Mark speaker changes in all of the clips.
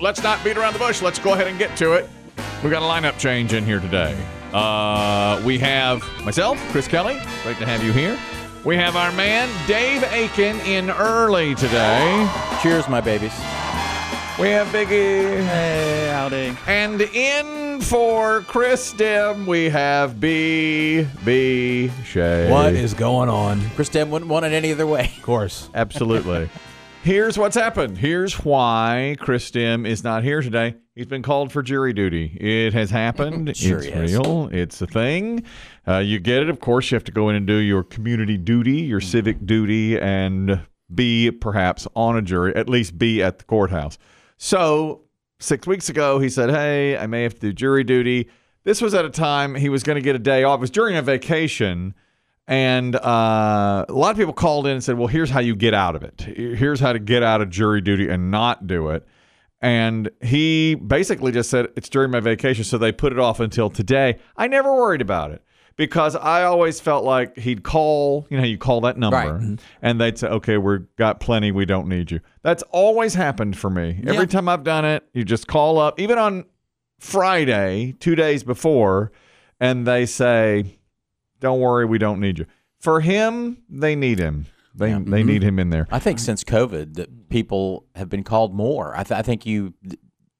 Speaker 1: let's not beat around the bush. Let's go ahead and get to it. We got a lineup change in here today. Uh, we have myself, Chris Kelly. Great to have you here. We have our man Dave Aiken in early today.
Speaker 2: Cheers, my babies.
Speaker 1: We have Biggie.
Speaker 2: Hey, howdy.
Speaker 1: And in for Chris Dim, we have B B Shay.
Speaker 3: What is going on?
Speaker 2: Chris Dem wouldn't want it any other way.
Speaker 3: Of course.
Speaker 1: Absolutely. Here's what's happened. Here's why Chris Dim is not here today. He's been called for jury duty. It has happened.
Speaker 2: Sure
Speaker 1: it's
Speaker 2: he has.
Speaker 1: real. It's a thing. Uh, you get it. Of course, you have to go in and do your community duty, your civic duty, and be perhaps on a jury, at least be at the courthouse. So, six weeks ago, he said, Hey, I may have to do jury duty. This was at a time he was going to get a day off. It was during a vacation. And uh, a lot of people called in and said, well, here's how you get out of it. Here's how to get out of jury duty and not do it. And he basically just said, it's during my vacation. So they put it off until today. I never worried about it because I always felt like he'd call, you know, you call that number
Speaker 2: Right.
Speaker 1: and they'd say, okay, we've got plenty. We don't need you. That's always happened for me. Every time I've done it, you just call up, even on Friday, two days before, and they say, don't worry, we don't need you. For him, they need him. They they need
Speaker 2: Mm-hmm.
Speaker 1: him in there.
Speaker 2: I think since COVID, that people have been called more. I, th- I think you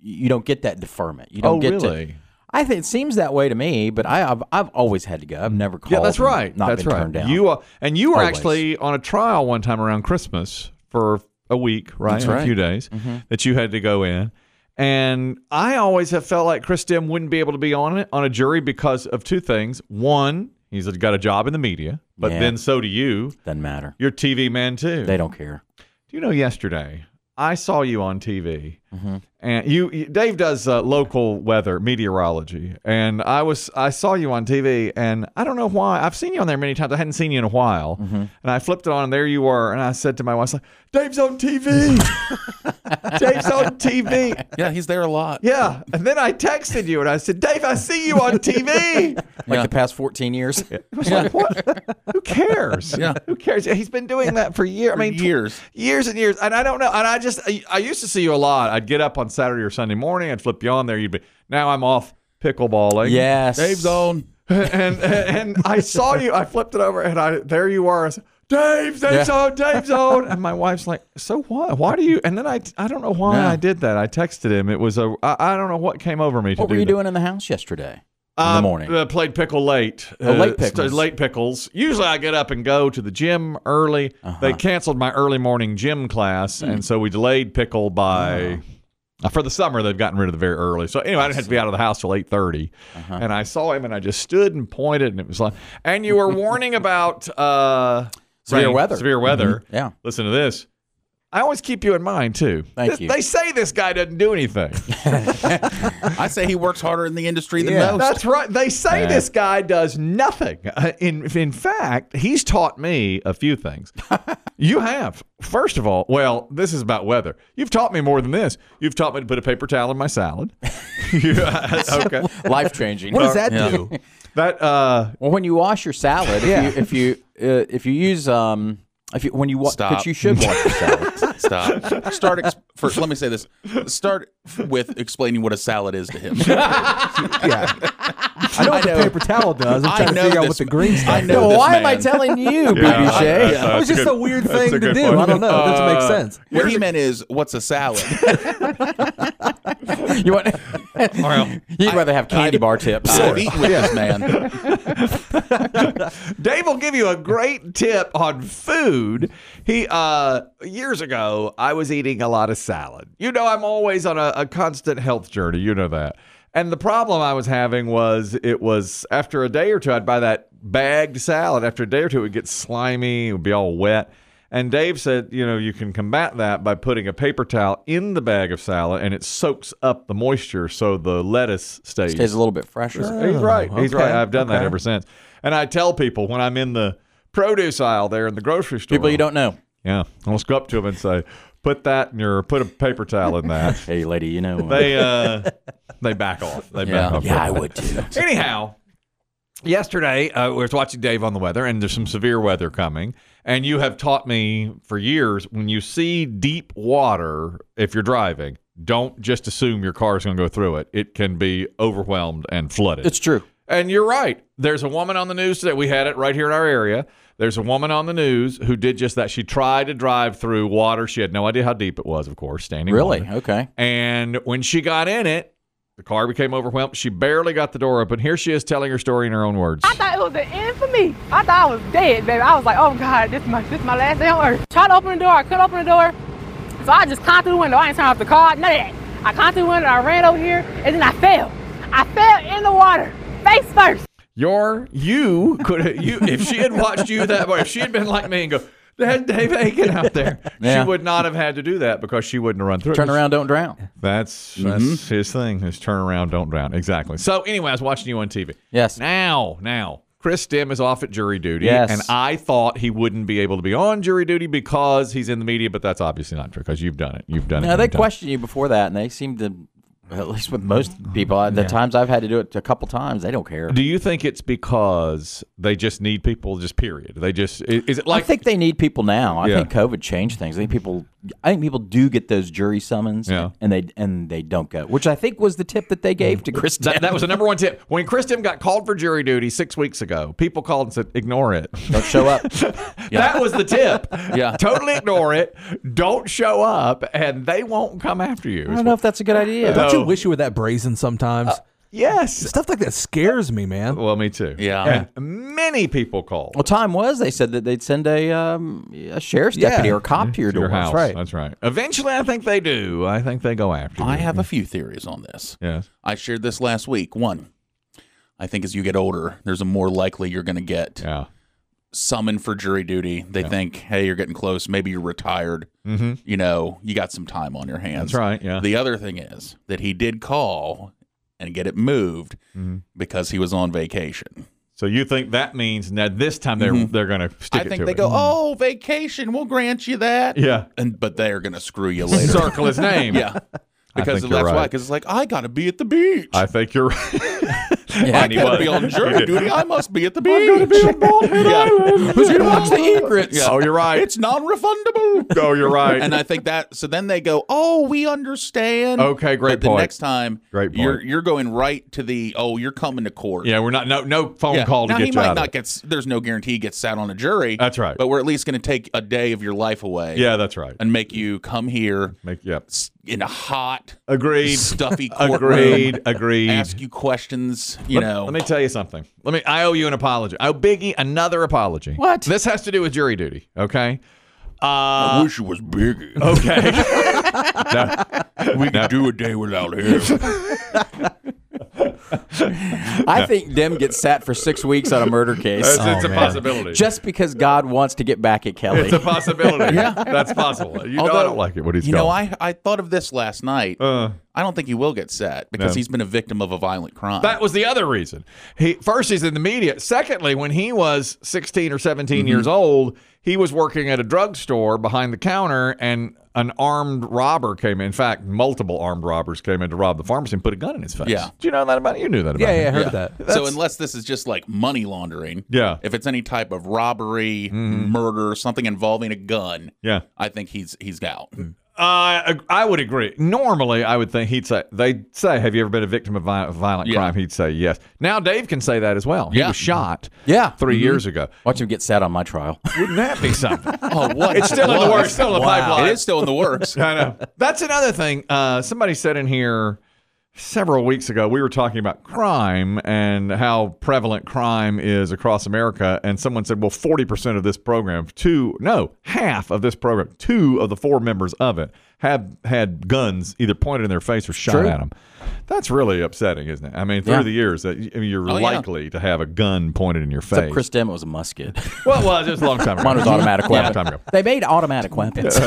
Speaker 2: you don't get that deferment. You don't
Speaker 1: Oh,
Speaker 2: get to-
Speaker 1: really?
Speaker 2: I think it seems that way to me, but I, I've I've always had to go. I've never called.
Speaker 1: Yeah, that's
Speaker 2: and
Speaker 1: right.
Speaker 2: Not
Speaker 1: that's
Speaker 2: been
Speaker 1: right.
Speaker 2: turned down.
Speaker 1: You are, and you were
Speaker 2: Always.
Speaker 1: actually on a trial one time around Christmas for a week, right?
Speaker 2: That's
Speaker 1: a
Speaker 2: right. Mm-hmm.
Speaker 1: few days that you had to go in. And I always have felt like Chris Dim wouldn't be able to be on it on a jury because of two things. One, he's got a job in the media, but
Speaker 2: Yeah.
Speaker 1: then so do you.
Speaker 2: doesn't matter.
Speaker 1: You're a TV man too.
Speaker 2: They don't care.
Speaker 1: Do you know yesterday I saw you on TV, and you, you Dave does uh, local weather meteorology, and I was I saw you on TV, and I don't know why I've seen you on there many times. I hadn't seen you in a while, and I flipped it on, and there you were, and I said to my wife, I was like, "Dave's on TV, Dave's on TV."
Speaker 3: Yeah, he's there a lot.
Speaker 1: Yeah, and then I texted you, and I said, "Dave, I see you on TV."
Speaker 2: Like the past fourteen years.
Speaker 1: I was like, "What? Who cares?
Speaker 3: Yeah.
Speaker 1: Who cares? He's been doing that for years. I mean, tw-
Speaker 3: years.
Speaker 1: years and years. And I don't know. And I just, I, I used to see you a lot. I'd get up on Saturday or Sunday morning. I'd flip you on there. You'd be. Now I'm off pickleballing.
Speaker 2: yes.
Speaker 3: Dave's on.
Speaker 1: And and I saw you. I flipped it over, and I there you are. I said, Dave, Dave's
Speaker 2: Yeah.
Speaker 1: on, Dave's on. And my wife's like, so what? Why do you? And then I, I don't know why
Speaker 2: Yeah.
Speaker 1: I did that. I texted him. It was a, I, I don't know what came over me to
Speaker 2: What
Speaker 1: do
Speaker 2: were you
Speaker 1: that.
Speaker 2: doing in the house yesterday?
Speaker 1: Um,
Speaker 2: in the morning.
Speaker 1: uh, played pickle late. Uh,
Speaker 2: Oh, late
Speaker 1: st-
Speaker 2: pickles.
Speaker 1: late pickles. Usually I get up and go to the gym early.
Speaker 2: Uh-huh.
Speaker 1: They canceled my early morning gym class,
Speaker 2: Hmm.
Speaker 1: and so we delayed pickle
Speaker 2: Oh.
Speaker 1: by. uh, for the summer, they've gotten rid of the very early. So anyway, I didn't have to be out of the house till eight
Speaker 2: Uh-huh.
Speaker 1: and I saw him, and I just stood and pointed, and it was like. And you were warning about uh,
Speaker 2: Severe weather. Mm-hmm.
Speaker 1: Severe weather. Mm-hmm.
Speaker 2: Yeah.
Speaker 1: Listen to this. I always keep you in mind too.
Speaker 2: Thank
Speaker 1: Th-
Speaker 2: you.
Speaker 1: They say this guy doesn't do anything.
Speaker 3: I say he works harder in the industry than most.
Speaker 1: That's right. They say
Speaker 2: Yeah.
Speaker 1: this guy does nothing. Uh, In in fact, he's taught me a few things. you have. First of all, well, this is about weather. You've taught me more than this. You've taught me to put a paper towel in my salad. You- okay.
Speaker 2: Life changing.
Speaker 3: What does that do?
Speaker 1: That uh
Speaker 2: Well, when you wash your salad, if you if you uh, if you use um if you when you wash,
Speaker 3: Stop.
Speaker 2: but you should wash your salad.
Speaker 3: Stop. Start ex- first. Let me say this. Start with explaining what a salad is to him.
Speaker 4: I know what the paper towel does. I'm
Speaker 3: I
Speaker 4: trying to
Speaker 3: know
Speaker 4: figure out
Speaker 3: this
Speaker 4: what the
Speaker 3: ma-
Speaker 4: green
Speaker 3: I
Speaker 4: stuff
Speaker 3: know
Speaker 4: is.
Speaker 3: this
Speaker 2: why am I
Speaker 3: man.
Speaker 2: telling you,
Speaker 1: Yeah,
Speaker 2: BB
Speaker 1: that's-
Speaker 2: Shay?
Speaker 4: It was
Speaker 1: that's
Speaker 4: just
Speaker 1: good-
Speaker 4: a weird
Speaker 1: that's
Speaker 4: thing
Speaker 1: a
Speaker 4: to
Speaker 1: good
Speaker 4: do.
Speaker 1: point.
Speaker 4: I don't know. It doesn't
Speaker 3: Uh,
Speaker 4: make sense.
Speaker 3: What he meant is, what's a salad?
Speaker 2: You want? You'd rather have candy bar tips.
Speaker 3: I've eaten with this man.
Speaker 1: Dave will give you a great tip on food. He uh years ago, I was eating a lot of salad. You know, I'm always on a, a constant health journey. You know that. And the problem I was having was it was after a day or two, I'd buy that bagged salad. After a day or two, it would get slimy, it would be all wet. And Dave said, you know, you can combat that by putting a paper towel in the bag of salad and it soaks up the moisture so the lettuce stays
Speaker 2: Tastes a little bit fresher.
Speaker 1: He's right. He's
Speaker 2: Oh, okay,
Speaker 1: right. I've done that ever since. And I tell people when I'm in the produce aisle there in the grocery store.
Speaker 2: People you don't know.
Speaker 1: Yeah. I'll just go up to them and say, put that in your, put a paper towel in that.
Speaker 2: Hey, lady, you know.
Speaker 1: they, uh, they back off. They back
Speaker 2: yeah,
Speaker 1: off.
Speaker 2: yeah, I would too.
Speaker 1: Anyhow, yesterday uh, I was watching Dave on the weather, and there's some severe weather coming. And you have taught me for years when you see deep water, if you're driving, don't just assume your car is going to go through it. It can be overwhelmed and flooded.
Speaker 2: It's true.
Speaker 1: And you're right. There's a woman on the news today. We had it right here in our area. There's a woman on the news who did just that. She tried to drive through water. She had no idea how deep it was, of course, standing
Speaker 2: Really?
Speaker 1: water.
Speaker 2: Okay.
Speaker 1: And when she got in it, the car became overwhelmed. She barely got the door open. Here she is telling her story in her own words.
Speaker 5: I thought it was the end for me. I thought I was dead, baby. I was like, oh God, this is my this is my last day on earth. Tried to open the door, I couldn't open the door. So I just climbed through the window. I didn't turn off the car, none of that. I climbed through the window, I ran over here, and then I fell. I fell in the water, face first.
Speaker 1: Your you could you if she had watched you that way, if she had been like me and go, "There's Dave Aiken out there,"
Speaker 2: Yeah.
Speaker 1: she would not have had to do that because she wouldn't have run through.
Speaker 2: Turn
Speaker 1: it.
Speaker 2: around, don't drown.
Speaker 1: That's
Speaker 2: Mm-hmm.
Speaker 1: that's his thing. Is turn around, don't drown. Exactly. So anyway, I was watching you on TV.
Speaker 2: Yes.
Speaker 1: Now, now, Chris Stim is off at jury duty,
Speaker 2: Yes.
Speaker 1: and I thought he wouldn't be able to be on jury duty because he's in the media, but that's obviously not true because you've done it. You've done it.
Speaker 2: Now they
Speaker 1: many times.
Speaker 2: question you before that, and they seem to, at least with most people, the times I've had to do it a couple times, they don't care.
Speaker 1: Do you think it's because they just need people? Just period. They just is is it like
Speaker 2: I think they need people now. I
Speaker 1: Yeah.
Speaker 2: think COVID changed things. I think people, I think people do get those jury summons,
Speaker 1: Yeah.
Speaker 2: and they and they don't go, which I think was the tip that they gave to Chris.
Speaker 1: That, that was the number one tip. When Chris Tim got called for jury duty six weeks ago, people called and said, ignore it.
Speaker 2: don't show up.
Speaker 1: That was the tip.
Speaker 3: Yeah.
Speaker 1: Totally ignore it. Don't show up, and they won't come after you.
Speaker 2: I don't know if that's a good idea.
Speaker 4: Don't you
Speaker 1: No.
Speaker 4: wish you were that brazen sometimes?
Speaker 1: Yes.
Speaker 4: Stuff like that scares me, man.
Speaker 1: Well, me too.
Speaker 3: Yeah.
Speaker 1: And many people called.
Speaker 2: Well, time was they said that they'd send a um, a sheriff's deputy
Speaker 4: Yeah.
Speaker 2: or a cop to your
Speaker 1: Mm-hmm. to your
Speaker 2: door.
Speaker 1: house.
Speaker 4: right.
Speaker 1: That's right. Eventually, I think they do. I think they go after
Speaker 3: I
Speaker 1: you.
Speaker 3: have a few theories on this.
Speaker 1: Yes.
Speaker 3: I shared this last week. One, I think as you get older, there's a more likely you're going to get
Speaker 1: Yeah.
Speaker 3: summoned for jury duty. They think, hey, you're getting close. Maybe you're retired. Mm-hmm. You know, you got some time on your hands.
Speaker 1: That's right, yeah.
Speaker 3: The other thing is that he did call and get it moved
Speaker 1: Mm-hmm.
Speaker 3: because he was on vacation.
Speaker 1: So you think that means now this time they're they're going to stick
Speaker 3: Mm-hmm. I
Speaker 1: it
Speaker 3: think
Speaker 1: to
Speaker 3: they
Speaker 1: it. Mm.
Speaker 3: go, oh, vacation. We'll grant you that.
Speaker 1: Yeah.
Speaker 3: And but they are going to screw you later.
Speaker 1: Circle his name.
Speaker 3: yeah. Because
Speaker 1: think
Speaker 3: that's
Speaker 1: you're
Speaker 3: why.
Speaker 1: right.
Speaker 3: Because it's like I got to be at the beach.
Speaker 1: I think you're right.
Speaker 3: I
Speaker 1: And he
Speaker 3: gotta
Speaker 1: was.
Speaker 3: be on
Speaker 1: He
Speaker 3: jury
Speaker 1: did.
Speaker 3: duty. I must be at the beach. I'm gonna be on Bald Head Island. Who's gonna watch the egrets?
Speaker 1: Oh, you're right.
Speaker 3: It's non-refundable.
Speaker 1: No, Oh, you're right.
Speaker 3: And I think that. So then they go, "Oh, we understand."
Speaker 1: Okay, great
Speaker 3: But the
Speaker 1: point.
Speaker 3: next time,
Speaker 1: Great point.
Speaker 3: You're you're going right to the. Oh, you're coming to court.
Speaker 1: yeah, we're not no no phone
Speaker 3: Yeah.
Speaker 1: call to
Speaker 3: now
Speaker 1: get
Speaker 3: he
Speaker 1: you
Speaker 3: might
Speaker 1: out of
Speaker 3: not
Speaker 1: it.
Speaker 3: get. s- There's no guarantee he gets sat on a jury.
Speaker 1: That's right.
Speaker 3: But we're at least going to take a day of your life away.
Speaker 1: Yeah, that's right.
Speaker 3: And make you come here
Speaker 1: Make yep.
Speaker 3: s- in a hot,
Speaker 1: Agreed.
Speaker 3: stuffy courtroom.
Speaker 1: Agreed. Agreed.
Speaker 3: Ask you questions. You
Speaker 1: let,
Speaker 3: know.
Speaker 1: let me tell you something. Let me. I owe you an apology. I owe Biggie another apology.
Speaker 3: What?
Speaker 1: This has to do with jury duty. Okay. Uh,
Speaker 3: wish it was bigger.
Speaker 1: okay.
Speaker 3: we could do a day without him.
Speaker 2: I think them get sat for six weeks on a murder case
Speaker 1: It's, it's a
Speaker 4: man.
Speaker 1: possibility.
Speaker 2: Oh, just because God wants to get back at Kelly.
Speaker 1: it's a possibility. yeah, that's possible. You know, I don't like it when he's
Speaker 3: you
Speaker 1: gone.
Speaker 3: know, I, I thought of this last night. I don't think he will get set because
Speaker 1: No.
Speaker 3: he's been a victim of a violent crime.
Speaker 1: That was the other reason. He first he's in the media. Secondly, when he was 16 or 17 years old, he was working at a drugstore behind the counter and an armed robber came in. In fact, multiple armed robbers came in to rob the pharmacy and put a gun in his face.
Speaker 3: Yeah.
Speaker 1: Do you know that about You knew that about
Speaker 4: Yeah,
Speaker 1: him.
Speaker 4: yeah, I heard that.
Speaker 3: so unless this is just like money laundering,
Speaker 1: Yeah. Mm-hmm.
Speaker 3: If it's any type of robbery, murder, something involving a gun,
Speaker 1: Yeah.
Speaker 3: I think he's he's out.
Speaker 1: Uh, I would agree. Normally, I would think he'd say they'd say, "Have you ever been a victim of vi- violent
Speaker 3: Yeah.
Speaker 1: crime?" He'd say, "Yes." Now Dave can say that as well. He
Speaker 3: Yeah. Mm-hmm.
Speaker 1: was shot.
Speaker 2: Yeah.
Speaker 1: 3 years ago.
Speaker 2: Watch him get sat on my trial.
Speaker 1: Wouldn't that be something?
Speaker 3: Oh, what?
Speaker 1: It's still in the works, still in the pipeline.
Speaker 3: It is still in the works.
Speaker 1: I know. That's another thing. Uh, somebody said in here several weeks ago, we were talking about crime and how prevalent crime is across America. And someone said, well, 40% of this program, two, no, half of this program, two of the four members of it have had guns either pointed in their face or shot
Speaker 2: True.
Speaker 1: at them. That's really upsetting, isn't it? I mean, through
Speaker 2: Yeah.
Speaker 1: the years, that y- I mean, you're
Speaker 3: Oh, yeah.
Speaker 1: likely to have a gun pointed in your face.
Speaker 2: Except Chris Dem, it was a musket.
Speaker 1: well, it was. It was a long time ago.
Speaker 2: Mine was automatic
Speaker 1: Long
Speaker 2: weapon.
Speaker 1: time ago.
Speaker 2: They made automatic weapons.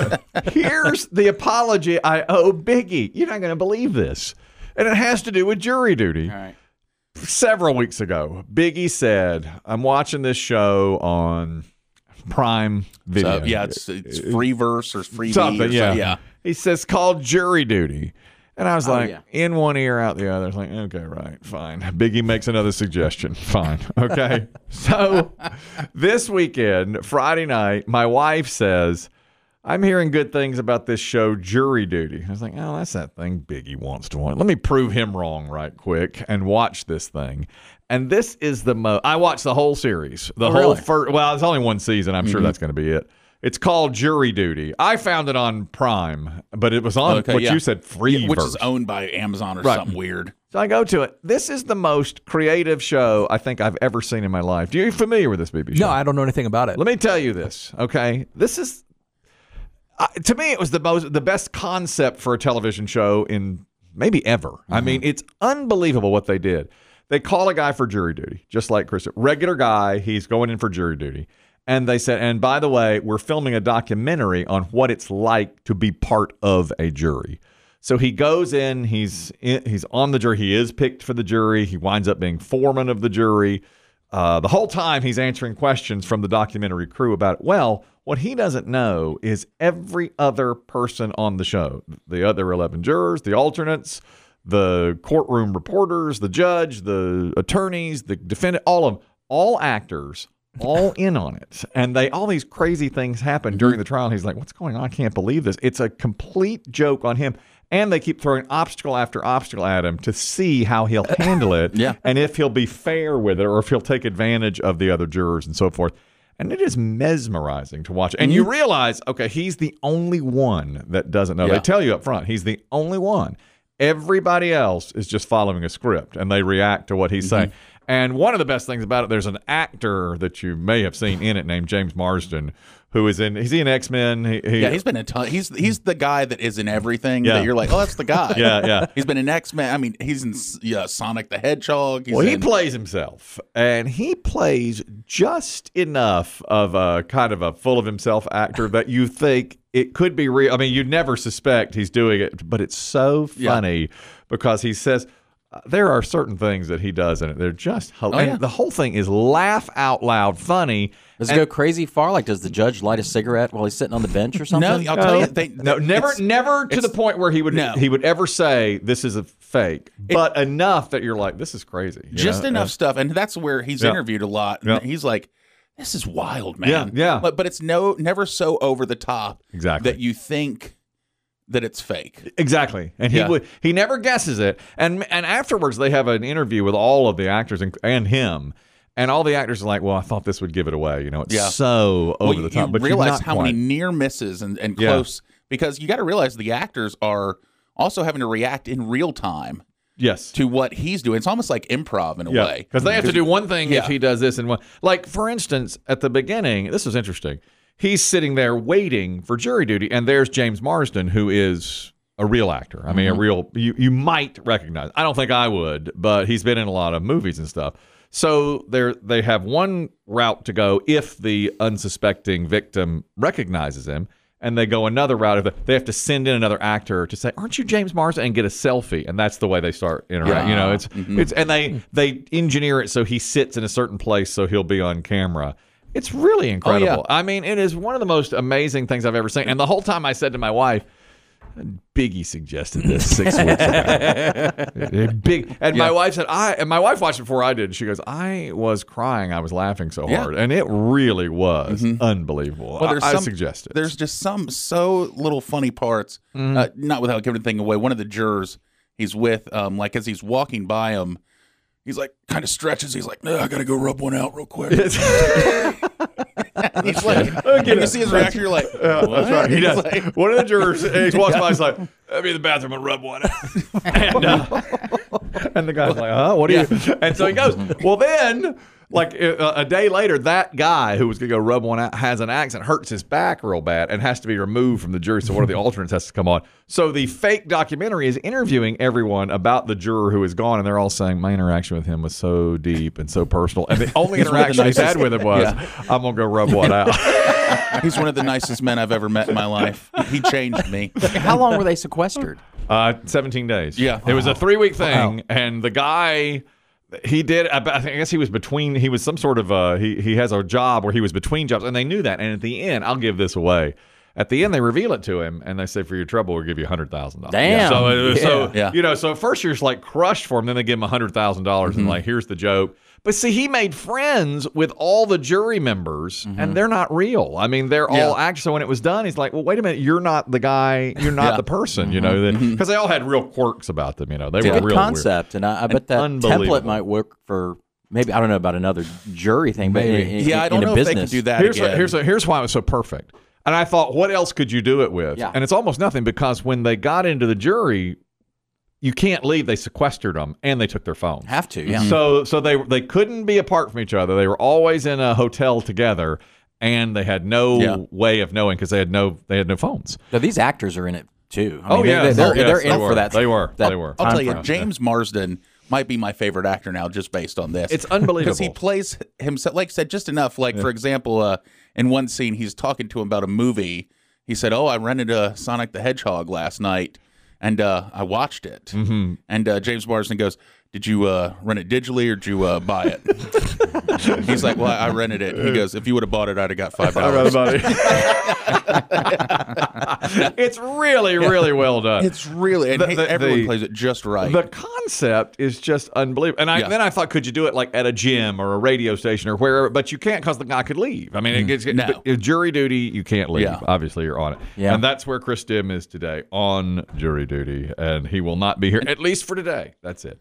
Speaker 1: Here's the apology I owe Biggie. You're not going to believe this. And it has to do with jury duty.
Speaker 3: right.
Speaker 1: Several weeks ago, Biggie said, I'm watching this show on Prime Video.
Speaker 3: So, yeah, it's, it's free verse or free
Speaker 1: Something, yeah.
Speaker 3: yeah. Oh,
Speaker 1: He says, called jury duty. And I was like,
Speaker 2: yeah.
Speaker 1: in one ear, out the other. I was like, okay, right, fine. Biggie makes another suggestion. Fine. Okay. so this weekend, Friday night, my wife says, I'm hearing good things about this show, Jury Duty. I was like, oh, that's that thing Biggie wants to want. Let me prove him wrong right quick and watch this thing. And this is the mo. I watched the whole series, the
Speaker 3: Oh,
Speaker 1: whole first. Well, it's only one season. I'm
Speaker 3: Mm-hmm.
Speaker 1: sure that's going to be it. It's called Jury Duty. I found it on Prime, but it was on
Speaker 3: Okay,
Speaker 1: what
Speaker 3: yeah.
Speaker 1: you said free
Speaker 3: which is
Speaker 1: version.
Speaker 3: owned by Amazon or
Speaker 1: Right.
Speaker 3: something weird.
Speaker 1: So I go to it. This is the most creative show I think I've ever seen in my life. Do you familiar with this BB show?
Speaker 4: No, I don't know anything about it.
Speaker 1: Let me tell you this, okay? This is uh, to me it was the most the best concept for a television show in maybe ever. I mean, it's unbelievable what they did. They call a guy for jury duty, just like Chris, regular guy, he's going in for jury duty. And they said, and by the way, we're filming a documentary on what it's like to be part of a jury. So he goes in, he's in, he's on the jury, he is picked for the jury, he winds up being foreman of the jury. Uh, the whole time he's answering questions from the documentary crew about it. Well, what he doesn't know is every other person on the show the other 11 jurors, the alternates, the courtroom reporters, the judge, the attorneys, the defendant, all of them, all actors, all in on it. And they all these crazy things happen during the trial. And he's like, What's going on? I can't believe this. It's a complete joke on him. And they keep throwing obstacle after obstacle at him to see how he'll handle it
Speaker 3: Yeah.
Speaker 1: and if he'll be fair with it or if he'll take advantage of the other jurors and so forth. And it is mesmerizing to watch. And you realize, okay, he's the only one that doesn't know. They
Speaker 3: Yeah.
Speaker 1: tell you up front, he's the only one. Everybody else is just following a script and they react to what he's
Speaker 3: Mm-hmm.
Speaker 1: saying. And one of the best things about it, there's an actor that you may have seen in it named James Marsden, who is in, he's in X Men. He, he-
Speaker 3: Yeah, he's been a ton. He's he's the guy that is in everything
Speaker 1: Yeah.
Speaker 3: that you're like, oh, that's the guy.
Speaker 1: Yeah, yeah.
Speaker 3: He's been in X Men. I mean, he's in yeah, Sonic the Hedgehog. He's
Speaker 1: well, he
Speaker 3: in-
Speaker 1: plays himself, and he plays just enough of a kind of a full of himself actor that you think it could be real. I mean, you never suspect he's doing it, but it's so
Speaker 3: Yeah.
Speaker 1: funny because he says uh, there are certain things that he does, and they're just ho- and
Speaker 3: Oh, yeah.
Speaker 1: the whole thing is laugh out loud funny.
Speaker 2: Does it go crazy far? Like, does the judge light a cigarette while he's sitting on the bench or
Speaker 3: No,
Speaker 2: something?
Speaker 3: I'll tell you, Oh, they,
Speaker 1: no, never,
Speaker 3: it's-
Speaker 1: never to the point where he would
Speaker 3: No.
Speaker 1: he would ever say this is a fake, but enough that you're like this is crazy. you
Speaker 3: just
Speaker 1: know?
Speaker 3: enough stuff, and that's where he's
Speaker 1: Yeah.
Speaker 3: interviewed a lot. And
Speaker 1: Yeah.
Speaker 3: he's like, "This is wild, man."
Speaker 1: Yeah, yeah.
Speaker 3: But but it's no never so over the top
Speaker 1: Exactly.
Speaker 3: that you think that it's fake.
Speaker 1: Exactly, and he
Speaker 3: Yeah.
Speaker 1: would he never guesses it, and and afterwards they have an interview with all of the actors and, and him, and all the actors are like, well, I thought this would give it away, you know, it's
Speaker 3: Yeah.
Speaker 1: so over
Speaker 3: Well,
Speaker 1: the
Speaker 3: you-
Speaker 1: top,
Speaker 3: You
Speaker 1: but you're
Speaker 3: realize
Speaker 1: not
Speaker 3: how
Speaker 1: quite.
Speaker 3: many near misses and, and
Speaker 1: Yeah.
Speaker 3: close because you got to realize the actors are also having to react in real time
Speaker 1: yes,
Speaker 3: to what he's doing. It's almost like improv in a way.
Speaker 1: Because they have to do one thing if
Speaker 3: Yeah.
Speaker 1: he does this and one. Like, for instance, at the beginning, this was interesting. He's sitting there waiting for jury duty, and there's James Marsden, who is a real actor. I
Speaker 3: Mm-hmm.
Speaker 1: mean, a real, you, you might recognize. I don't think I would, but he's been in a lot of movies and stuff. So they're, they have one route to go if the unsuspecting victim recognizes him. And they go another route. If they- They have to send in another actor to say, "Aren't you James Marsden?" and get a selfie, and that's the way they start interacting. You know, it's
Speaker 3: Mm-hmm.
Speaker 1: it's and they they engineer it so he sits in a certain place so he'll be on camera. It's
Speaker 3: Oh,
Speaker 1: really incredible. I mean, it is one of the most amazing things I've ever seen. And the whole time I said to my wife, Biggie suggested this six weeks ago. Big and my wife said, I and my wife watched it before I did. She goes, I was crying, I was laughing so
Speaker 3: Yeah. Mm-hmm.
Speaker 1: hard. And it really was unbelievable.
Speaker 3: Well,
Speaker 1: I-
Speaker 3: there's
Speaker 1: I,
Speaker 3: some,
Speaker 1: suggest it.
Speaker 3: There's just some so little funny parts. Uh,
Speaker 1: Mm-hmm.
Speaker 3: not without giving anything away. One of the jurors he's with, um, like as he's walking by him, he's like kind of stretches. He's like, "No, I gotta go rub one out real quick." And he's like, and you see his reaction. You're like,
Speaker 1: That's right. He does. one of the jurors he walks by, he's like, "I'll be in the bathroom and rub one." out." and, uh, and the guy's like, "Huh? What do you?" And so he goes. Well, then, like uh, a day later, that guy who was going to go rub one out has an accident, hurts his back real bad, and has to be removed from the jury. So one of the alternates has to come on. So the fake documentary is interviewing everyone about the juror who is gone, and they're all saying, "My interaction with him was so deep and so personal." And the only
Speaker 3: He's one of the
Speaker 1: interaction he's had
Speaker 3: nicest.
Speaker 1: with him was, "I'm gonna go rub one out."
Speaker 3: He's one of the nicest men I've ever met in my life. He changed me.
Speaker 2: How long were they sequestered?
Speaker 1: Uh, 17 days.
Speaker 3: Yeah.
Speaker 1: It was a three week thing. And the guy, he did, I I guess he was between, he was some sort of, uh, he, he has a job where he was between jobs. And they knew that. And at the end, I'll give this away. At the end, they reveal it to him and they say, for your trouble, we'll give you $100,000.
Speaker 2: Damn.
Speaker 1: So, uh, so
Speaker 3: Yeah.
Speaker 2: Mm-hmm.
Speaker 1: you know, so at first you're just like crushed for him. Then they give him $100,000 and like, here's the joke. But see, he made friends with all the jury members,
Speaker 2: Mm-hmm.
Speaker 1: and they're not real. I mean, they're all actors. So when it was done, he's like, "Well, wait a minute, you're not the guy. You're not the person." You
Speaker 2: Mm-hmm.
Speaker 1: know, because they all had real quirks about them. You know, they were
Speaker 2: Good
Speaker 1: real weird.
Speaker 2: concept, and I, I bet that
Speaker 1: Unbelievable.
Speaker 2: template might work for maybe I don't know about another jury thing, but in, in-
Speaker 3: yeah, I don't
Speaker 2: in a
Speaker 3: know if
Speaker 2: business.
Speaker 3: they can do that
Speaker 1: here's
Speaker 3: again.
Speaker 1: what, here's what, here's why it was so perfect. And I thought, what else could you do it with?
Speaker 2: Yeah.
Speaker 1: And it's almost nothing because when they got into the jury, you can't leave. They sequestered them and they took their phones.
Speaker 2: Have to, yeah.
Speaker 1: So so they they couldn't be apart from each other. They were always in a hotel together, and they had no
Speaker 3: Yeah.
Speaker 1: way of knowing because they had no they had no phones.
Speaker 2: So these actors are in it too. I
Speaker 1: Oh,
Speaker 2: mean,
Speaker 1: yes.
Speaker 2: they, are
Speaker 1: Oh, yes, they
Speaker 2: in
Speaker 1: were.
Speaker 2: for that.
Speaker 1: They were.
Speaker 2: that
Speaker 1: They were.
Speaker 3: I'll
Speaker 2: time
Speaker 3: tell you,
Speaker 2: frame.
Speaker 3: James Marsden might be my favorite actor now, just based on this.
Speaker 1: It's unbelievable.
Speaker 3: because he plays himself. Like I said, just enough. Like for example, uh, in one scene, he's talking to him about a movie. He said, "Oh, I rented a Sonic the Hedgehog last night, and uh, I watched it." Mm-hmm. And uh, James Marsden goes, "Did you uh, rent it digitally or did you uh, buy it?" he's like, "Well, I rented it." He goes, "If you would have bought it, I'd have got five dollars."
Speaker 1: it's really really well done.
Speaker 3: It's really and
Speaker 1: The-
Speaker 3: he-
Speaker 1: the-
Speaker 3: everyone
Speaker 1: the-
Speaker 3: plays it just right.
Speaker 1: The concept is just unbelievable. And I,
Speaker 3: Yeah.
Speaker 1: then I thought, could you do it like at a gym or a radio station or wherever? But you can't because the guy could leave. I mean, it gets
Speaker 3: Mm. No.
Speaker 1: but if jury duty. You can't leave.
Speaker 3: Yeah.
Speaker 1: Obviously, you're on it.
Speaker 2: Yeah.
Speaker 1: And that's where Chris Dim is today on jury duty, and he will not be here at least for today. That's it.